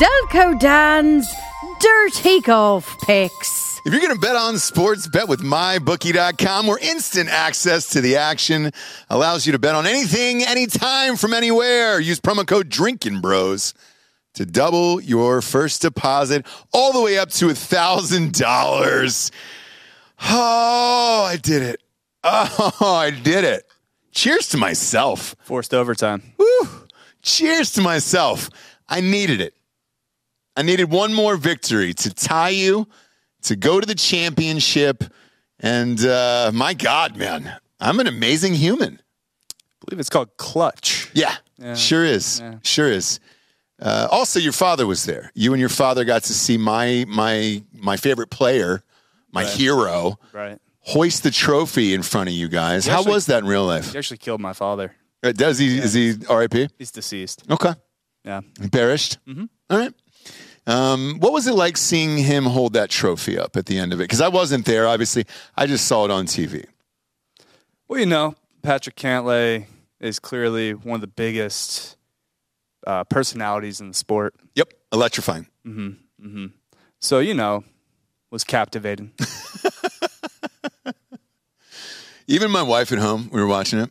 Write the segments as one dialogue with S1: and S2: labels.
S1: Delco Dan's Dirty Golf Picks.
S2: If you're going to bet on sports, bet with mybookie.com, where instant access to the action allows you to bet on anything, anytime, from anywhere. Use promo code Drinking Bros to double your first deposit all the way up to $1,000. Oh, I did it. Oh, I did it. Cheers to myself.
S3: Forced overtime.
S2: Woo. Cheers to myself. I needed it. I needed one more victory to tie you, to go to the championship. And uh, my God, man, I'm an amazing human.
S3: I believe it's called clutch.
S2: Yeah,
S3: Yeah.
S2: sure is.
S3: Yeah.
S2: Sure is. Uh, also, your father was there. You and your father got to see my my my favorite player, my hero,
S3: Right.
S2: hoist the trophy in front of you guys.
S3: He
S2: How
S3: actually-
S2: was that in real life?
S3: He actually killed my father.
S2: Uh, Does he is he R.I.P.
S3: He's deceased.
S2: Okay,
S3: Yeah.
S2: he perished.
S3: Mm-hmm.
S2: All right. Um, what was it like seeing him hold that trophy up at the end of it? Because I wasn't there, obviously. I just saw it on TV.
S3: Well, you know, Patrick Cantlay is clearly one of the biggest uh, personalities in the sport.
S2: Yep, electrifying.
S3: So, you know, was captivating.
S2: Even my wife at home, we were watching it.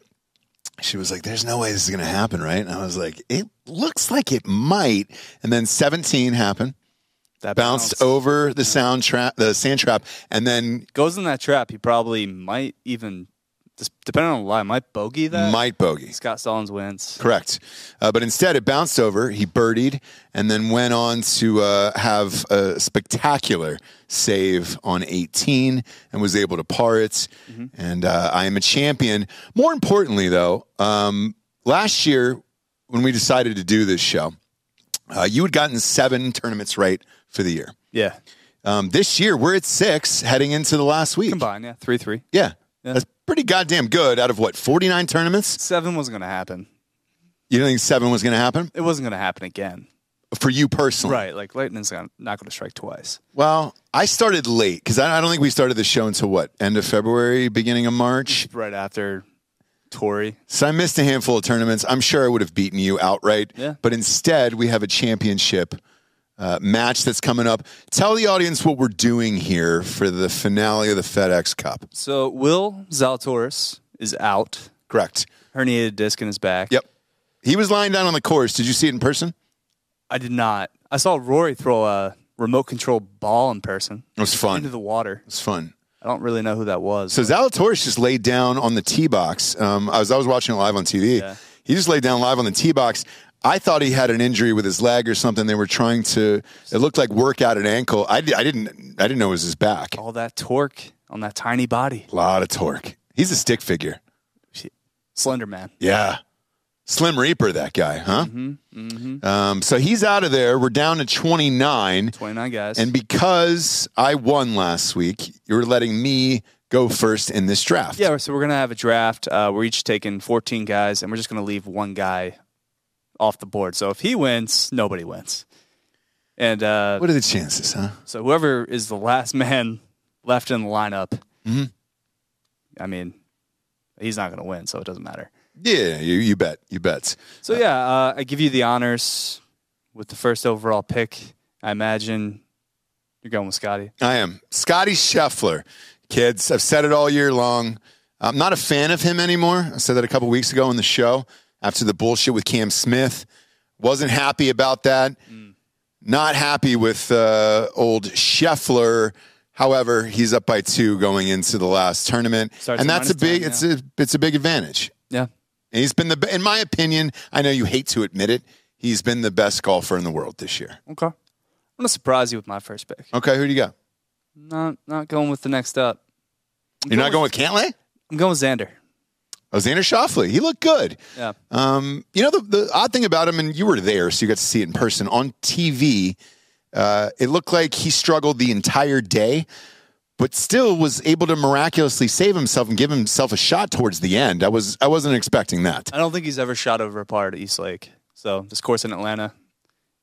S2: She was like, "There's no way this is going to happen, right?" And I was like, "It looks like it might." And then 17 happened,
S3: That
S2: bounced
S3: bounce.
S2: over the sound trap, the sand trap, and then
S3: Goes in that trap. He probably might even, just depending on the lie, might bogey that.
S2: might bogey.
S3: Scott Stallings wins.
S2: Correct. Uh, but instead, it bounced over. He birdied and then went on to uh, have a spectacular save on 18 and was able to par it. And uh, I am a champion. More importantly, though, um, last year when we decided to do this show, uh, you had gotten seven tournaments right for the year.
S3: Yeah.
S2: Um, this year, we're at six heading into the last week.
S3: Combined, yeah. 3 3.
S2: Yeah.
S3: Yeah.
S2: That's pretty goddamn good out of what, 49 tournaments?
S3: Seven wasn't going to happen.
S2: You didn't think seven was going to happen?
S3: It wasn't going to happen again.
S2: For you personally.
S3: Right. Like, lightning's gonna, not going to strike twice.
S2: Well, I started late because I, I don't think we started the show until what end of February, beginning of March.
S3: Right after Tory.
S2: So I missed a handful of tournaments. I'm sure I would have beaten you outright.
S3: Yeah.
S2: But instead, we have a championship uh, match that's coming up. Tell the audience what we're doing here for the finale of the FedEx Cup.
S3: So, Will Zalatoris is out.
S2: Correct.
S3: herniated disc in his back.
S2: Yep. He was lying down on the course. Did you see it in person?
S3: I did not. I saw Rory throw a remote control ball in person
S2: It was fun.
S3: into
S2: It
S3: the water.
S2: was fun.
S3: I don't really know who that was.
S2: So Zalatoris just laid down on the tee box. Um, I was I was watching it live on TV.
S3: Yeah.
S2: He just laid down live on the tee box. I thought he had an injury with his leg or something. They were trying to. It looked like work out an ankle. I, di- I didn't. I didn't know it was his back. A
S3: all that torque on that tiny body.
S2: lot of torque. He's a stick figure.
S3: Slender man.
S2: Yeah. Slim Reaper, that guy, huh? Mm-hmm, Um, so he's out of there. We're down to twenty nine.
S3: 29 guys.
S2: And because I won last week, you're letting me go first in this draft.
S3: yeah, so we're going to have a draft. Uh, we're each taking 14 guys, and we're just going to leave one guy off the board. So if he wins, nobody wins. And uh,
S2: What are the chances, huh?
S3: so whoever is the last man left in the lineup, I mean, he's not going to win, so it doesn't matter.
S2: Yeah, you, you bet. You bet.
S3: So yeah, uh, I give you the honors with the first overall pick. I imagine you're going with Scotty.
S2: I am. Scotty Scheffler, kids. I've said it all year long. I'm not a fan of him anymore. I said that a couple weeks ago on the show after the bullshit with Cam Smith. Wasn't happy about that. Not happy with uh, old Scheffler. However, he's up by two going into the last tournament,
S3: Starts
S2: and
S3: at
S2: that's a
S3: minus
S2: big.
S3: 10,
S2: it's a it's a big advantage.
S3: Yeah,
S2: And he's been the, be- in my opinion. I know you hate to admit it. He's been the best golfer in the world this year.
S3: okay. I'm gonna surprise you with my first pick.
S2: Okay, who do you got?
S3: Not not going with the next up.
S2: You're not going with Cantlay?
S3: I'm going with Xander.
S2: Oh, Xander Shoffley. He looked good.
S3: Yeah,
S2: Um, you know, the, the odd thing about him, and you were there, so you got to see it in person on TV, uh, it looked like he struggled the entire day, but still was able to miraculously save himself and give himself a shot towards the end. I, was, I wasn't expecting that.
S3: I don't think he's ever shot over a par at East Lake. So this course in Atlanta,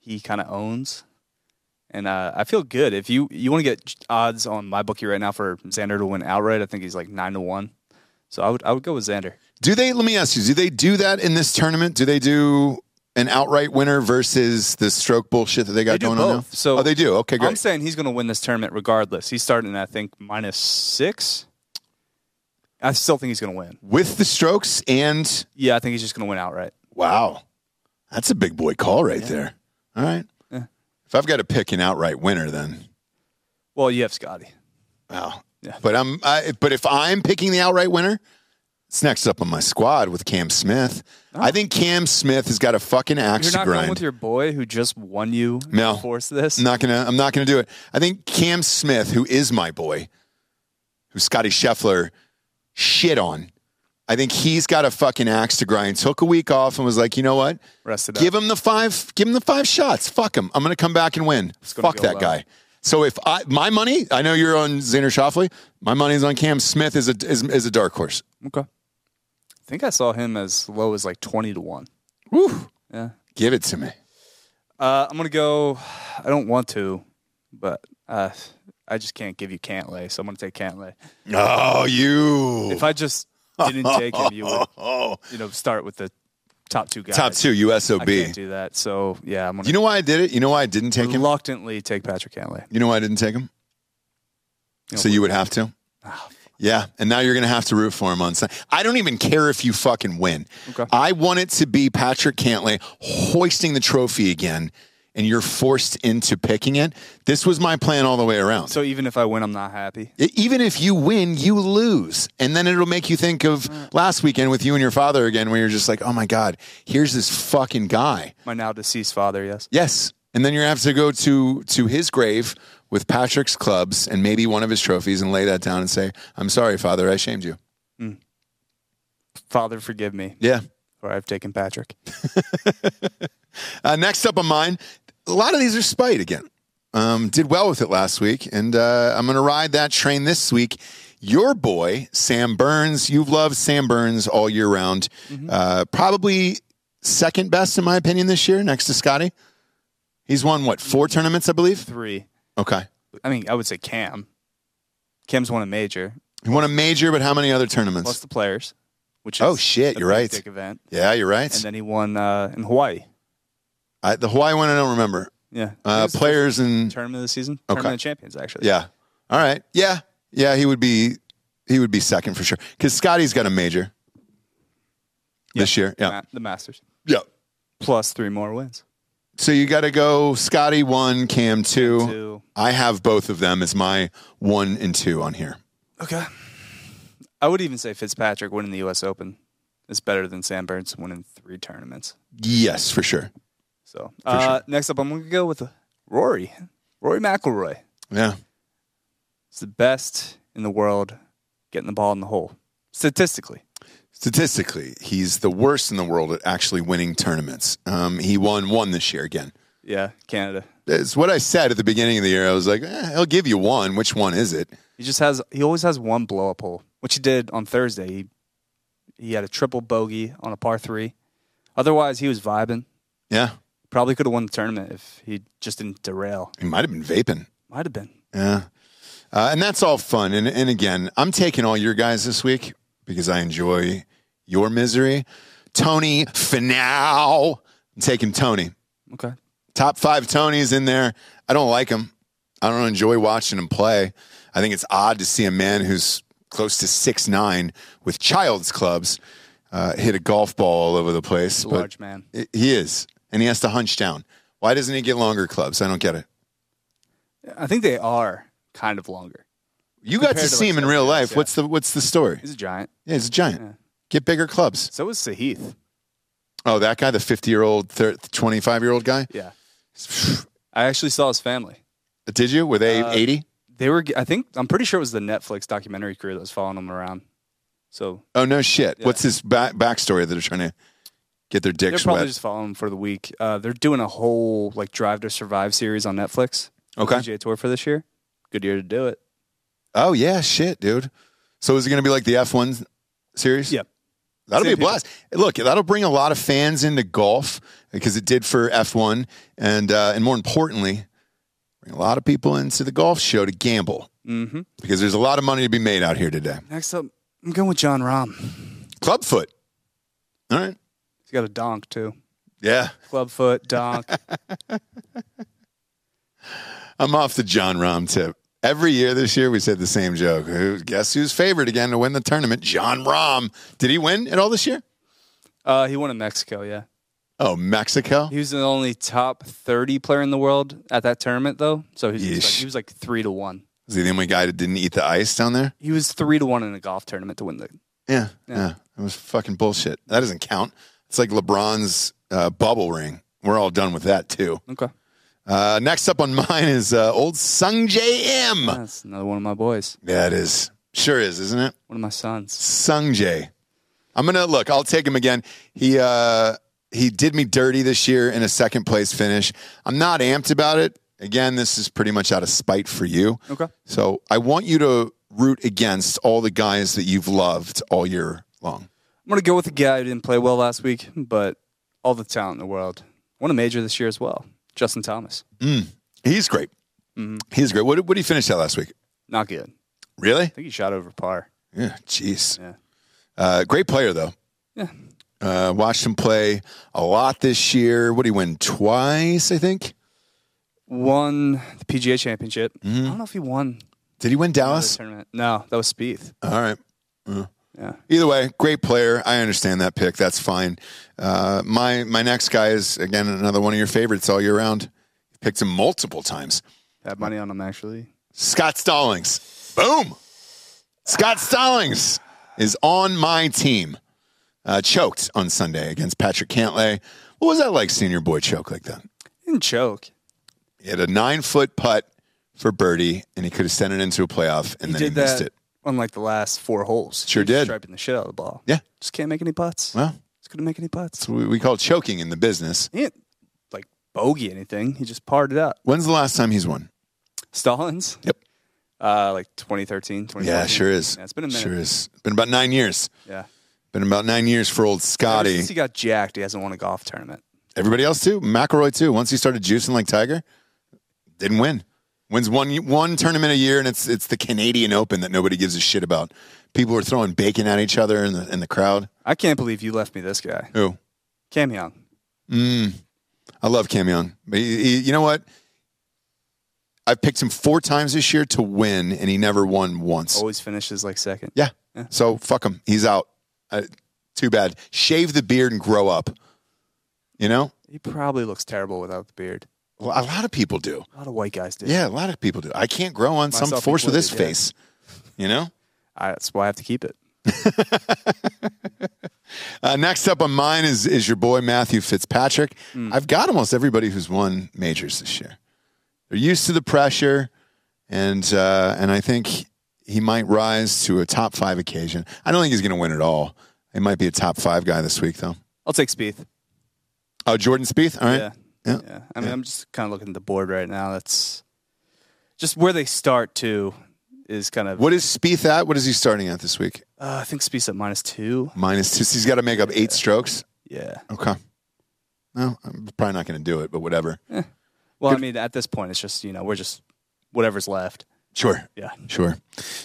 S3: he kind of owns. And uh, I feel good. If you you want to get odds on my bookie right now for Xander to win outright, I think he's like nine to one. So I would I would go with Xander.
S2: Do they, let me ask you, do they do that in this tournament? Do they do an outright winner versus the stroke bullshit that they got
S3: They do
S2: going on now?
S3: both. So-
S2: oh, they do. Okay,
S3: I'm
S2: great.
S3: saying he's going to win this tournament regardless. He's starting, I think, minus six. I still think he's going to win.
S2: With the strokes and
S3: Yeah, I think he's just going to win outright.
S2: wow, that's a big boy call right there. All right.
S3: Yeah.
S2: If I've got to pick an outright winner, then
S3: Well, you have Scotty.
S2: wow.
S3: Yeah.
S2: But I'm. I, but if I'm picking the outright winner, it's next up on my squad with Cam Smith. I think Cam Smith has got a fucking axe
S3: Ah. You're
S2: to
S3: not going
S2: grind.
S3: with your boy who just won you.
S2: No.
S3: to force this.
S2: I'm not gonna. I'm not gonna do it. I think Cam Smith, who is my boy, who Scotty Scheffler shit on. I think he's got a fucking axe to grind. Took a week off and was like, you know what?
S3: Rest it up.
S2: Give him the five. Give him the five shots. Fuck him. I'm gonna come back and win.
S3: gonna
S2: Fuck
S3: go
S2: that
S3: low.
S2: guy. So if I my money, I know you're on Xander Shoffley. My money's on Cam Smith as a is, is a dark horse.
S3: Okay. I think I saw him as low as like twenty to one.
S2: Woo.
S3: Yeah.
S2: Give it to me.
S3: Uh, I'm gonna go. I don't want to, but uh, I just can't give you Cantlay, so I'm gonna take Cantlay.
S2: Oh, you.
S3: If I just didn't take him, you would
S2: oh,
S3: you know start with the top two guys.
S2: top two USOB.
S3: I can't do that. So yeah, I'm gonna
S2: You know why I did it? You know why I didn't take him?
S3: reluctantly take Patrick Cantlay.
S2: You know why I didn't take him?
S3: You know,
S2: so you would have to?
S3: Ah,
S2: Yeah. And now you're going to have to root for him on Sunday. I don't even care if you fucking win.
S3: Okay.
S2: I want it to be Patrick Cantley hoisting the trophy again, and you're forced into picking it. This was my plan all the way around.
S3: So even if I win, I'm not happy.
S2: E- even if you win, you lose. And then it'll make you think of last weekend with you and your father again, where you're just like, oh my God, here's this fucking guy.
S3: My now deceased father. Yes.
S2: Yes. And then you're gonna have to go to to his grave with Patrick's clubs and maybe one of his trophies and lay that down and say, I'm sorry, Father, I shamed you.
S3: Father, forgive me,
S2: Yeah.
S3: for I've taken Patrick.
S2: Uh, next up on mine, a lot of these are spite again. Um, did well with it last week, and uh, I'm going to ride that train this week. Your boy, Sam Burns, you've loved Sam Burns all year round. Uh, probably second best, in my opinion, this year, next to Scotty. He's won, what, four tournaments, I believe?
S3: Three.
S2: Okay.
S3: I mean, I would say Cam. Cam's won a major,
S2: He won a major, but how many other tournaments?
S3: plus the players, which is
S2: Oh, shit,
S3: a
S2: you're
S3: big
S2: right.
S3: dick event,
S2: Yeah, you're right.
S3: and then he won uh, in Hawaii.
S2: I, the Hawaii one, I don't remember.
S3: Yeah, It
S2: Uh,
S3: was the
S2: players
S3: first
S2: and
S3: tournament of the season,
S2: Okay.
S3: tournament of champions actually.
S2: yeah, all right, yeah, yeah. He would be he would be second for sure because Scotty's got a major this year. Yeah,
S3: Ma- the Masters
S2: yeah.
S3: plus three more wins.
S2: So you got to go Scotty one, Cam two.
S3: Two.
S2: I have both of them as my one and two on here.
S3: Okay, I would even say Fitzpatrick winning the U.S. Open is better than Sam Burns winning three tournaments.
S2: Yes, for sure.
S3: So uh, next up, I'm going to go with Rory, Rory McIlroy.
S2: Yeah,
S3: He's the best in the world getting the ball in the hole statistically.
S2: statistically, he's the worst in the world at actually winning tournaments. Um, he won one this year again.
S3: Yeah, Canada.
S2: It's what I said at the beginning of the year. I was like, eh, he'll give you one. Which one is it?
S3: He just has he always has one blow up hole, which he did on Thursday. He he had a triple bogey on a par three. Otherwise, he was vibing.
S2: Yeah,
S3: Probably could have won the tournament if he just didn't derail.
S2: he might have been vaping.
S3: Might have been.
S2: Yeah. Uh, and that's all fun. And, and again, I'm taking all your guys this week because I enjoy your misery. Tony Finau. I'm taking Tony.
S3: Okay.
S2: Top five Tonys in there. I don't like him. I don't enjoy watching him play. I think it's odd to see a man who's close to six nine with child's clubs uh, hit a golf ball all over the place.
S3: He's a
S2: but
S3: large man.
S2: i- he is, and he has to hunch down. Why doesn't he get longer clubs? I don't get it.
S3: I think they are kind of longer.
S2: You got
S3: Compared
S2: to
S3: to,
S2: see
S3: like,
S2: him in real
S3: something
S2: life.
S3: else, yeah.
S2: What's the What's the story?
S3: He's a giant.
S2: Yeah, he's a giant.
S3: Yeah.
S2: Get bigger clubs.
S3: So is Sahith.
S2: Oh, that guy, the fifty-year-old, twenty-five-year-old guy.
S3: Yeah. I actually saw his family.
S2: Did you? Were they
S3: Uh,
S2: eighty?
S3: They were. I think I'm pretty sure it was the Netflix documentary crew that was following him around. So
S2: Oh no, shit.
S3: yeah.
S2: What's his back, backstory that they're trying to get their
S3: They're
S2: dicks
S3: probably
S2: wet?
S3: just following him for the week. Uh, they're doing a whole like Drive to Survive series on Netflix.
S2: Okay.
S3: PGA Tour for this year. Good year to do it.
S2: Oh yeah, shit, dude. So is it going to be like the F one series?
S3: Yep.
S2: That'll
S3: Same
S2: be a blast. Look, that'll bring a lot of fans into golf because it did for F1, and uh, and more importantly, bring a lot of people into the golf show to gamble
S3: Mm-hmm.
S2: because there's a lot of money to be made out here today.
S3: Next up, I'm going with John Rahm.
S2: Clubfoot. All right.
S3: He's got a donk too.
S2: Yeah.
S3: club foot, donk.
S2: I'm off the John Rom tip. Every year this year, we said the same joke. Who- Guess who's favored again to win the tournament? John Rom. Did he win at all this year?
S3: uh, he won in Mexico. Yeah,
S2: Oh, Mexico?
S3: he was the only top thirty player in the world at that tournament, though. So he was, like,
S2: Yeesh.
S3: he was like three to one.
S2: Is he the only guy that didn't eat the ice down there?
S3: He was three to one in a golf tournament to win the.
S2: Yeah. Yeah.
S3: Yeah.
S2: It was fucking bullshit. That doesn't count. It's like LeBron's uh, bubble ring. We're all done with that, too.
S3: Okay,
S2: Uh, next up on mine is uh, old Sung J M.
S3: that's another one of my boys,
S2: Yeah, it is. Sure is, isn't it?
S3: one of my sons.
S2: Sung Jae. I'm gonna look. I'll take him again. He uh, he did me dirty this year in a second place finish. I'm not amped about it. Again, this is pretty much out of spite for you.
S3: Okay,
S2: So I want you to root against all the guys that you've loved all year long.
S3: I'm gonna go with a guy who didn't play well last week, but all the talent in the world. Won a major this year as well. Justin Thomas,
S2: He's great.
S3: Mm-hmm.
S2: He's great. What, what did he finish that last week?
S3: not good. I
S2: Really?
S3: think he shot over par.
S2: Yeah. Jeez.
S3: Yeah.
S2: Uh, great player though.
S3: Yeah.
S2: Uh, watched him play a lot this year. What did he win twice? I think.
S3: Won the PGA Championship. I don't know if he won
S2: Did he win
S3: the
S2: Dallas?
S3: tournament. No, that was Spieth.
S2: All right. Uh.
S3: Yeah.
S2: Either way, great player. I understand that pick. That's fine. Uh, my my next guy is again another one of your favorites all year round. You picked him multiple times.
S3: Had money on him actually.
S2: Scott Stallings. Boom. Scott Stallings is on my team. Uh, choked on Sunday against Patrick Cantlay. What was that like seeing your boy choke like that?
S3: He didn't choke.
S2: He had a nine foot putt for birdie, and he could have sent it into a playoff, and
S3: he
S2: then he
S3: did
S2: missed
S3: that
S2: it.
S3: on like the last four holes.
S2: Sure
S3: He was
S2: did.
S3: Striping the shit out of the ball.
S2: Yeah.
S3: Just can't make any putts.
S2: Well,
S3: Just couldn't make any putts.
S2: that's what we we call choking in the business.
S3: He didn't like bogey anything. He just parred it up.
S2: When's the last time he's won?
S3: Stallins.
S2: Yep.
S3: Uh, like 2013, 2014.
S2: Yeah, sure is.
S3: Yeah, it's been a minute.
S2: Sure is. Been about nine years.
S3: Yeah.
S2: Been about nine years for old
S3: Ever
S2: Scotty.
S3: since he got jacked, he hasn't won a golf tournament.
S2: Everybody else too. McElroy too. Once he started juicing like Tiger, didn't win. Wins one one tournament a year, and it's it's the Canadian Open that nobody gives a shit about. People are throwing bacon at each other in the in the crowd.
S3: I can't believe you left me this guy.
S2: Who?
S3: Cam Young.
S2: I love Cam Young, but he, he- you know what? I've picked him four times this year to win, and he never won once.
S3: Always finishes like second.
S2: Oh. Yeah. So fuck him. He's out. Uh, too bad. Shave the beard and grow up. You know,
S3: He probably looks terrible without the beard.
S2: well, a lot of people do.
S3: A lot of white guys do.
S2: Yeah, a lot of people do. I can't grow on some
S3: Myself
S2: force with this
S3: included, yeah.
S2: face. You know.
S3: I, that's why I have to keep it.
S2: Uh, next up on mine is is your boy Matthew Fitzpatrick.
S3: Hmm.
S2: I've got almost everybody who's won majors this year. They're used to the pressure, and uh, and I think he might rise to a top five occasion. I don't think he's going to win at all. He might be a top five guy this week though.
S3: I'll take Spieth.
S2: Oh, Jordan Spieth. All right.
S3: Yeah.
S2: Yeah.
S3: Yeah. I mean, I'm just kind of looking at the board right now. That's just where they start to is kind of.
S2: What is Spieth at? What is he starting at this week?
S3: Uh, I think Spieth's at minus two.
S2: Minus two. So he's got to make up eight strokes.
S3: Yeah.
S2: Okay. No, I'm probably not going to do it, but whatever.
S3: Well, I mean, at this point, it's just you know we're just whatever's left.
S2: Sure.
S3: Yeah.
S2: Sure.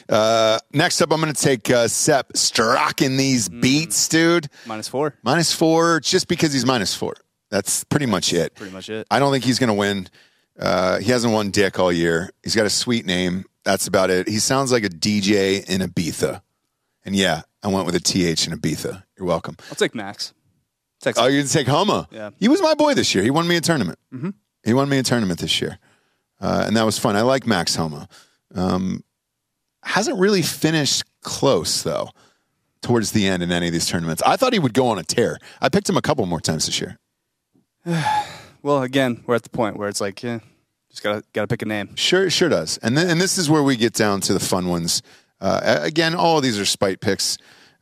S2: Uh, next up, I'm going to take uh, Sep Stracking these beats, dude.
S3: Minus four.
S2: Minus four, just because he's minus four. That's pretty much it.
S3: Pretty much it.
S2: I don't think he's going to win. Uh, he hasn't won dick all year. He's got a sweet name. That's about it. He sounds like a DJ in Ibiza. And yeah, I went with a TH in Ibiza. You're welcome.
S3: I'll take Max. Text.
S2: Oh, you're going to take Homa?
S3: Yeah.
S2: He was my boy this year. He won me a tournament. Mm-hmm. He won me a tournament this year. Uh, and that was fun. I like Max Homa. Um, hasn't really finished close, though, towards the end in any of these tournaments. I thought he would go on a tear. I picked him a couple more times this year.
S3: well, again, we're at the point where it's like, yeah, just gotta gotta pick a name.
S2: Sure, sure does. And then, and this is where we get down to the fun ones. Uh, a- again, all of these are spite picks,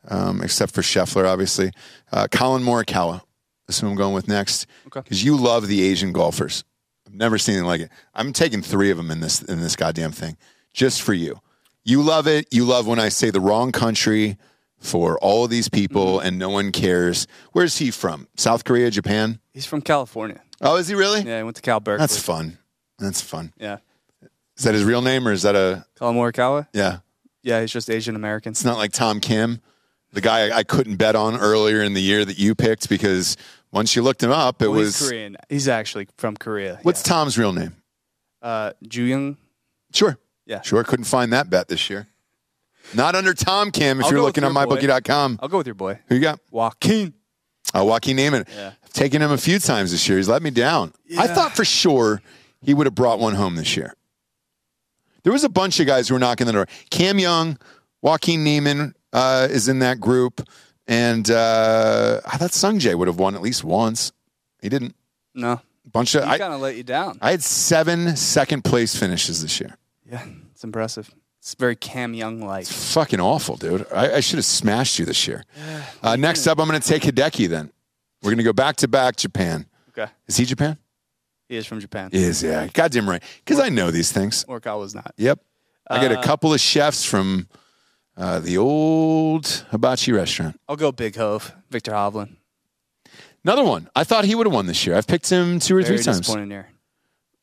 S2: um, except for Scheffler, obviously. Uh, Colin Morikawa is who I'm going with next.
S3: Okay.
S2: Because you love the Asian golfers. I've never seen anything like it. I'm taking three of them in this in this goddamn thing, just for you. You love it. You love when I say the wrong country for all of these people,
S3: Mm-hmm.
S2: and no one cares. Where's he from? South Korea, Japan?
S3: He's from California.
S2: Oh, is he really?
S3: Yeah, he went to Cal Berkeley.
S2: That's fun. That's fun.
S3: yeah.
S2: Is that his real name or is that a
S3: Colin Morikawa.
S2: yeah?
S3: Yeah, he's just Asian American.
S2: It's not like Tom Kim. the guy I couldn't bet on earlier in the year that you picked because once you looked him up, it
S3: Well, he's
S2: was
S3: Korean. He's actually from Korea.
S2: what's Tom's real name?
S3: yeah. uh, Juyung?
S2: Sure.
S3: Yeah.
S2: Sure. Couldn't find that bet this year. Not under Tom Kim. If
S3: I'll
S2: you're
S3: go
S2: looking on
S3: with your boy.
S2: mybookie.com,
S3: I'll go with your boy,
S2: who you got?
S3: Joaquin.
S2: Uh, Joaquin Neiman.
S3: Yeah.
S2: I've taken him a few times this year. He's let me down. I
S3: Yeah.
S2: thought for sure he would have brought one home this year. There was a bunch of guys who were knocking the door. Cam Young, Joaquin Neiman uh, is in that group. And uh, I thought Sungjae would have won at least once. He didn't.
S3: No,
S2: Bunch of
S3: he
S2: I,
S3: kind of let you down.
S2: I had seven second place finishes this year.
S3: yeah, it's impressive. It's very Cam Young like.
S2: Fucking awful, dude. I, I should have smashed you this year. Uh, next up, I'm going to take Hideki then. We're going to go back to back Japan.
S3: Okay,
S2: Is he Japan?
S3: he is from Japan.
S2: Is, yeah. Goddamn right. Because I know these things.
S3: Morikawa's not.
S2: Yep. I got a
S3: Uh,
S2: couple of chefs from uh, the old hibachi restaurant.
S3: I'll go Big Hove, Victor Hovland.
S2: Another one. I thought he would have won this year. I've picked him two or
S3: Very
S2: three times. I,
S3: disappointing year.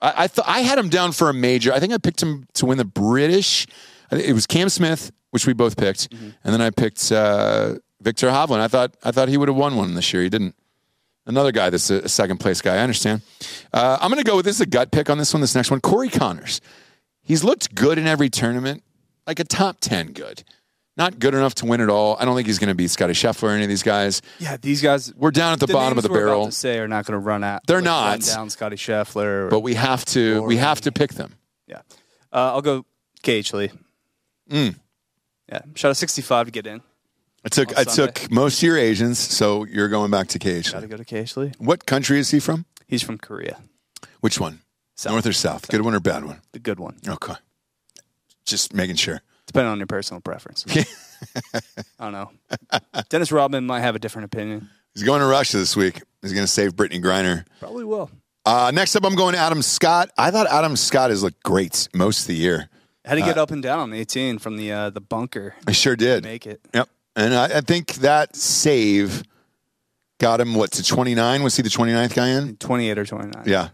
S2: I thought I had him down for a major. I think I picked him to win the British. I thi- It was Cam Smith, which we both picked,
S3: Mm-hmm.
S2: and then I picked uh, Victor Hovland. I thought I thought he would have won one this year. He didn't. Another guy that's a a second place guy. I understand. Uh, I'm going to go with this is a gut pick on this one. This next one, Corey Connors. He's looked good in every tournament, like a top 10 good. Not good enough to win it all. I don't think he's going to beat Scotty Scheffler or any of these guys.
S3: Yeah, these guys.
S2: We're down at the, bottom of
S3: names
S2: the
S3: we're about
S2: barrel,
S3: to say are not going to run out.
S2: They're
S3: like,
S2: not.
S3: run down Scotty Scheffler. Or,
S2: but we have to we have to pick them.
S3: yeah, uh, I'll go KH Lee.
S2: Mm.
S3: Yeah, shot a 65 to get in.
S2: I took
S3: On
S2: I
S3: Sunday.
S2: took most of your Asians, so you're going back to
S3: Got
S2: KH.
S3: to go to KH Lee.
S2: What country is he from?
S3: He's from Korea,
S2: Which one?
S3: South.
S2: North or south? Good one or bad one?
S3: the good one.
S2: Okay. Just making sure.
S3: depending on your personal preference. I don't know. Dennis Rodman might have a different opinion.
S2: He's going to Russia this week. He's going to save Brittany Griner.
S3: Probably will.
S2: Uh, next up, I'm going Adam Scott. I thought Adam Scott has looked great most of the year.
S3: Had to
S2: Uh,
S3: get up and down on 18 from the uh, the bunker.
S2: I sure did.
S3: Make it.
S2: Yep. And I, I think that save got him, what, to 29? Was he the 29th guy in?
S3: 28 or 29.
S2: Yeah.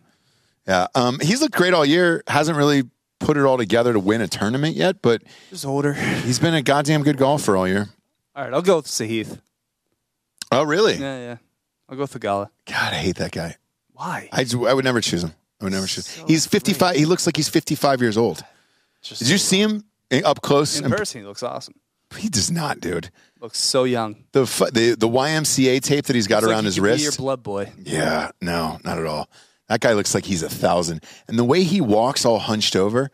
S2: Yeah. Um, he's looked great all year. Hasn't really put it all together to win a tournament yet, but
S3: Just older.
S2: he's been a goddamn good golfer all year.
S3: All right, I'll go with Sahith.
S2: Oh, really?
S3: Yeah, yeah. I'll go with Thagala.
S2: God, I hate that guy.
S3: Why?
S2: I, just- I would never choose him. I would never choose.
S3: So
S2: he's 55. He looks like he's 55 years old.
S3: Just
S2: Did you see him in- up close?
S3: In
S2: and-
S3: person, he looks awesome.
S2: he does not, dude.
S3: Looks so young.
S2: The fu- the the YMCA tape that he's got
S3: It's like
S2: around
S3: he
S2: his
S3: could be
S2: wrist.
S3: your blood boy.
S2: Yeah, no, not at all. That guy looks like he's a thousand, and the way he walks, all hunched over,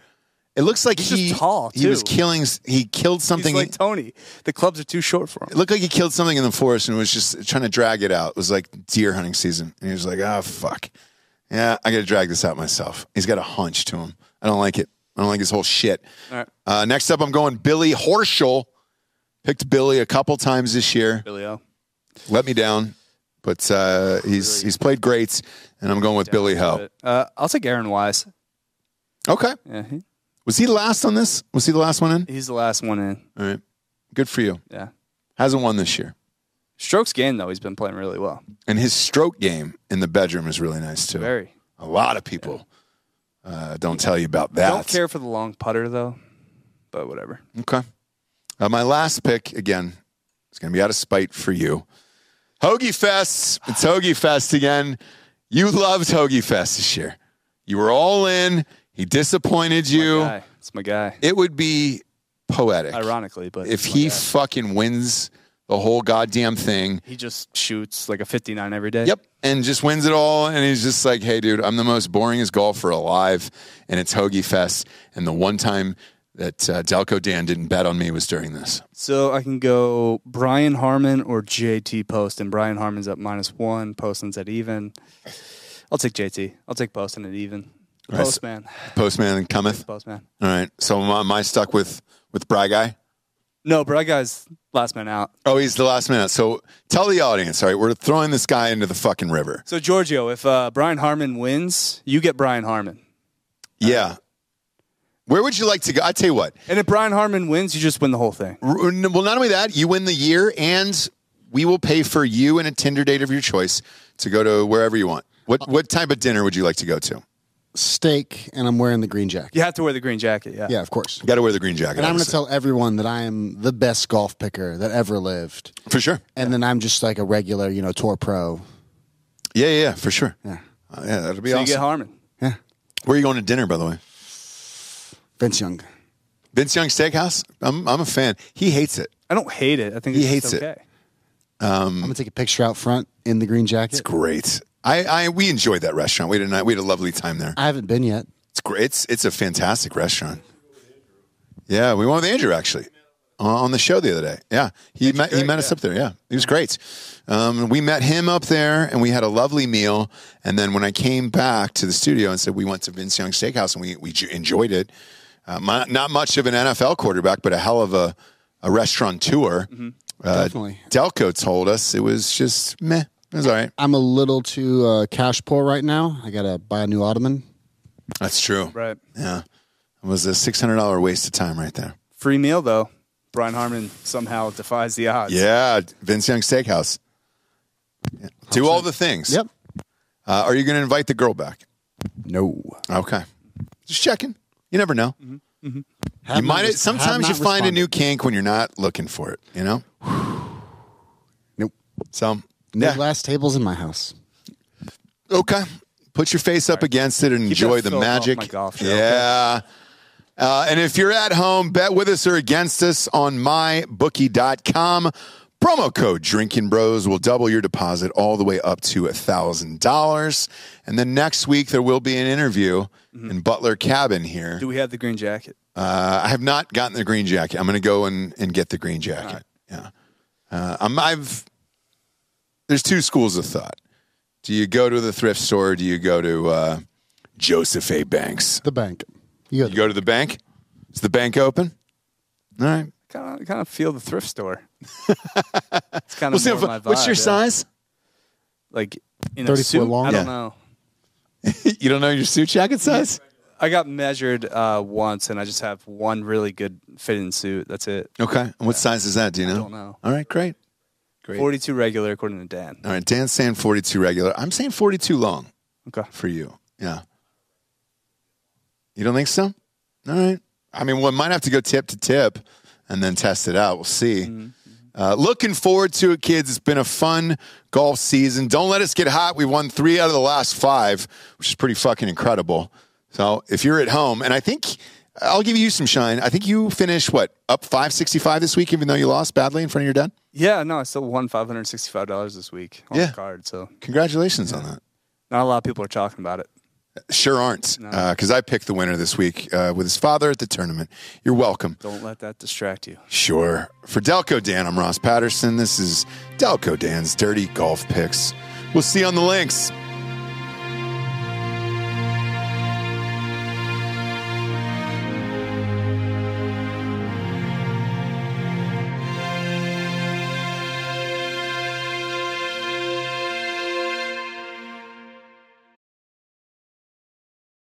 S2: it looks like
S3: He's just
S2: he
S3: tall,
S2: he was
S3: too.
S2: killing. s- He killed something.
S3: He's like Tony. The clubs are too short for
S2: it
S3: him.
S2: looked like he killed something in the forest and was just trying to drag it out. It was like deer hunting season, and he was like, "Ah, fuck, yeah, I got to drag this out myself." He's got a hunch to him. I don't like it. I don't like his whole shit.
S3: All right,
S2: Uh, next up, I'm going Billy Horschel. Picked Billy a couple times this year.
S3: Billy O.
S2: Let me down, but uh, he's he's played great, and I'm going with Billy Ho.
S3: But, uh, I'll take Aaron Wise.
S2: Okay.
S3: Yeah, he,
S2: Was he the last on this? Was he the last one in?
S3: he's the last one in.
S2: All right. Good for you.
S3: Yeah.
S2: Hasn't won this year.
S3: Strokes game though, he's been playing really well.
S2: And his stroke game in the bedroom is really nice too.
S3: Very.
S2: A lot of people uh, don't tell you about that.
S3: Don't care for the long putter though, but whatever.
S2: Okay. Uh, my last pick, again, is going to be out of spite for you. Hoagie Fest. It's Hoagie Fest again. You loved Hoagie Fest this year. You were all in. He disappointed you.
S3: Guy. It's my guy.
S2: It would be poetic.
S3: Ironically, but
S2: if
S3: it's my
S2: he
S3: guy.
S2: fucking wins the whole goddamn thing.
S3: he just shoots like a 59 every day.
S2: Yep. And just wins it all. And he's just like, hey, dude, I'm the most boringest golfer alive. And it's Hoagie Fest. And the one time that uh, Delco Dan didn't bet on me was during this.
S3: So I can go Brian Harmon or JT Poston. Brian Harmon's at minus one. Poston's at even. I'll take JT. I'll take Poston at even. The
S2: All right, so-
S3: postman.
S2: Postman cometh.
S3: Postman.
S2: All right. So am I, am I stuck with, with Bry Guy?
S3: No, but that guy's last man out.
S2: Oh, he's the last minute. So tell the audience, all right, we're throwing this guy into the fucking river.
S3: So Giorgio, if uh, Brian Harmon wins, you get Brian Harmon.
S2: Yeah. Where would you like to go? I tell you what.
S3: And if Brian Harmon wins, you just win the whole thing.
S2: R- Well, not only that, you win the year, and we will pay for you and a Tinder date of your choice to go to wherever you want. What what type of dinner would you like to go to?
S4: steak and I'm wearing the green jacket.
S3: You have to wear the green jacket. Yeah.
S4: Yeah, of course.
S2: Got to wear the green jacket.
S4: And I'm going to
S2: obviously.
S4: tell everyone that I am the best golf picker that ever lived.
S2: for sure.
S4: And then I'm just like a regular, you know, tour pro.
S2: Yeah, yeah, yeah, for sure.
S4: Yeah.
S2: Uh, yeah, that'll be
S3: So you
S2: awesome.
S3: get Harmon.
S4: Yeah.
S2: Where are you going to dinner, by the way?
S4: Vince Young.
S2: Mm. Vince Young Steakhouse. I'm I'm a fan. He hates it.
S3: I don't hate it. I think
S2: He
S3: it's
S2: hates it.
S3: just okay.
S4: I'm going to take a picture out front in the green jacket.
S2: Great. I, I we enjoyed that restaurant. We had a night. We had a lovely time there.
S4: I haven't been yet.
S2: It's great. It's it's a fantastic restaurant. Yeah, we went with Andrew actually on on the show the other day. Yeah, he met he met us up there. Yeah, he was great. Um, we met him up there, and we had a lovely meal. And then when I came back to the studio and said we went to Vince Young Steakhouse and we we j- enjoyed it. Uh, my, not much of an NFL quarterback, but a hell of a a restaurateur. Uh,
S4: Definitely.
S2: Delco told us it was just meh. It was all right.
S4: I'm a little too uh, cash poor right now. I got to buy a new ottoman.
S2: That's true.
S3: Right.
S2: Yeah, it was a six hundred dollar waste of time right there.
S3: Free meal though. Brian Harmon somehow defies the odds.
S2: Yeah, Vince Young Steakhouse. Yeah. Do all the things.
S4: Yep.
S2: Uh, are you going to invite the girl back?
S4: No.
S2: Okay. Just checking. You never know. You
S4: Mm-hmm. Have not
S2: might.
S4: res- have
S2: sometimes you
S4: not
S2: find a
S4: responded.
S2: new kink when you're not looking for it. You know.
S4: Nope.
S2: So
S4: No
S2: yeah.
S4: glass tables in my house.
S2: Okay. Put your face up against it and enjoy the
S3: that filth off
S2: magic.
S3: my golf show, okay?
S2: yeah. Uh, and if you're at home, bet with us or against us on mybookie.com. Promo code Drinking Bros will double your deposit all the way up to $1,000. And then next week, there will be an interview in Butler Cabin here.
S3: Mm-hmm. Do we have the green jacket?
S2: Uh, I have not gotten the green jacket. I'm going to go and, and get the green jacket. Yeah. Uh, I'm, I've, there's two schools of thought. Do you go to the thrift store? Or do you go to uh, Joseph A. Banks?
S4: The bank. You got
S2: You go to the bank? Is the bank open? All right.
S3: Kind of, kind of feel the thrift store. it's kind
S2: We'll
S3: of
S2: see if-
S3: more my vibe,
S2: what's your
S3: yeah.
S2: size?
S3: Like in a
S4: 30 foot
S3: suit?
S4: long?
S3: I don't
S2: Yeah.
S3: know.
S2: you don't know your suit jacket size?
S3: I got measured uh, once, and I just have one really good fitting suit. That's it.
S2: Okay. And what size is that? Do you know?
S3: don't know.
S2: All right. Great. Great.
S3: Forty-two regular, according to Dan.
S2: All right. Dan's saying 42 regular. I'm saying 42 long.
S3: Okay.
S2: for you. Yeah. You don't think so? All right. I mean, we might have to go tip to tip and then test it out. We'll see. Uh, looking forward to it, kids. It's been a fun golf season. Don't let us get hot. We won three out of the last five, which is pretty fucking incredible. So if you're at home, and I think I'll give you some shine. I think you finished what up five sixty five this week, even though you lost badly in front of your dad.
S3: Yeah, no, I still won five hundred sixty-five dollars this week on
S2: Yeah.
S3: the card. So
S2: Congratulations on that.
S3: not a lot of people are talking about it.
S2: Sure aren't, because I picked the winner this week uh, with his father at the tournament. You're welcome.
S3: Don't let that distract you.
S2: Sure. For Delco Dan, I'm Ross Patterson. This is Delco Dan's Dirty Golf Picks. We'll see you on the links.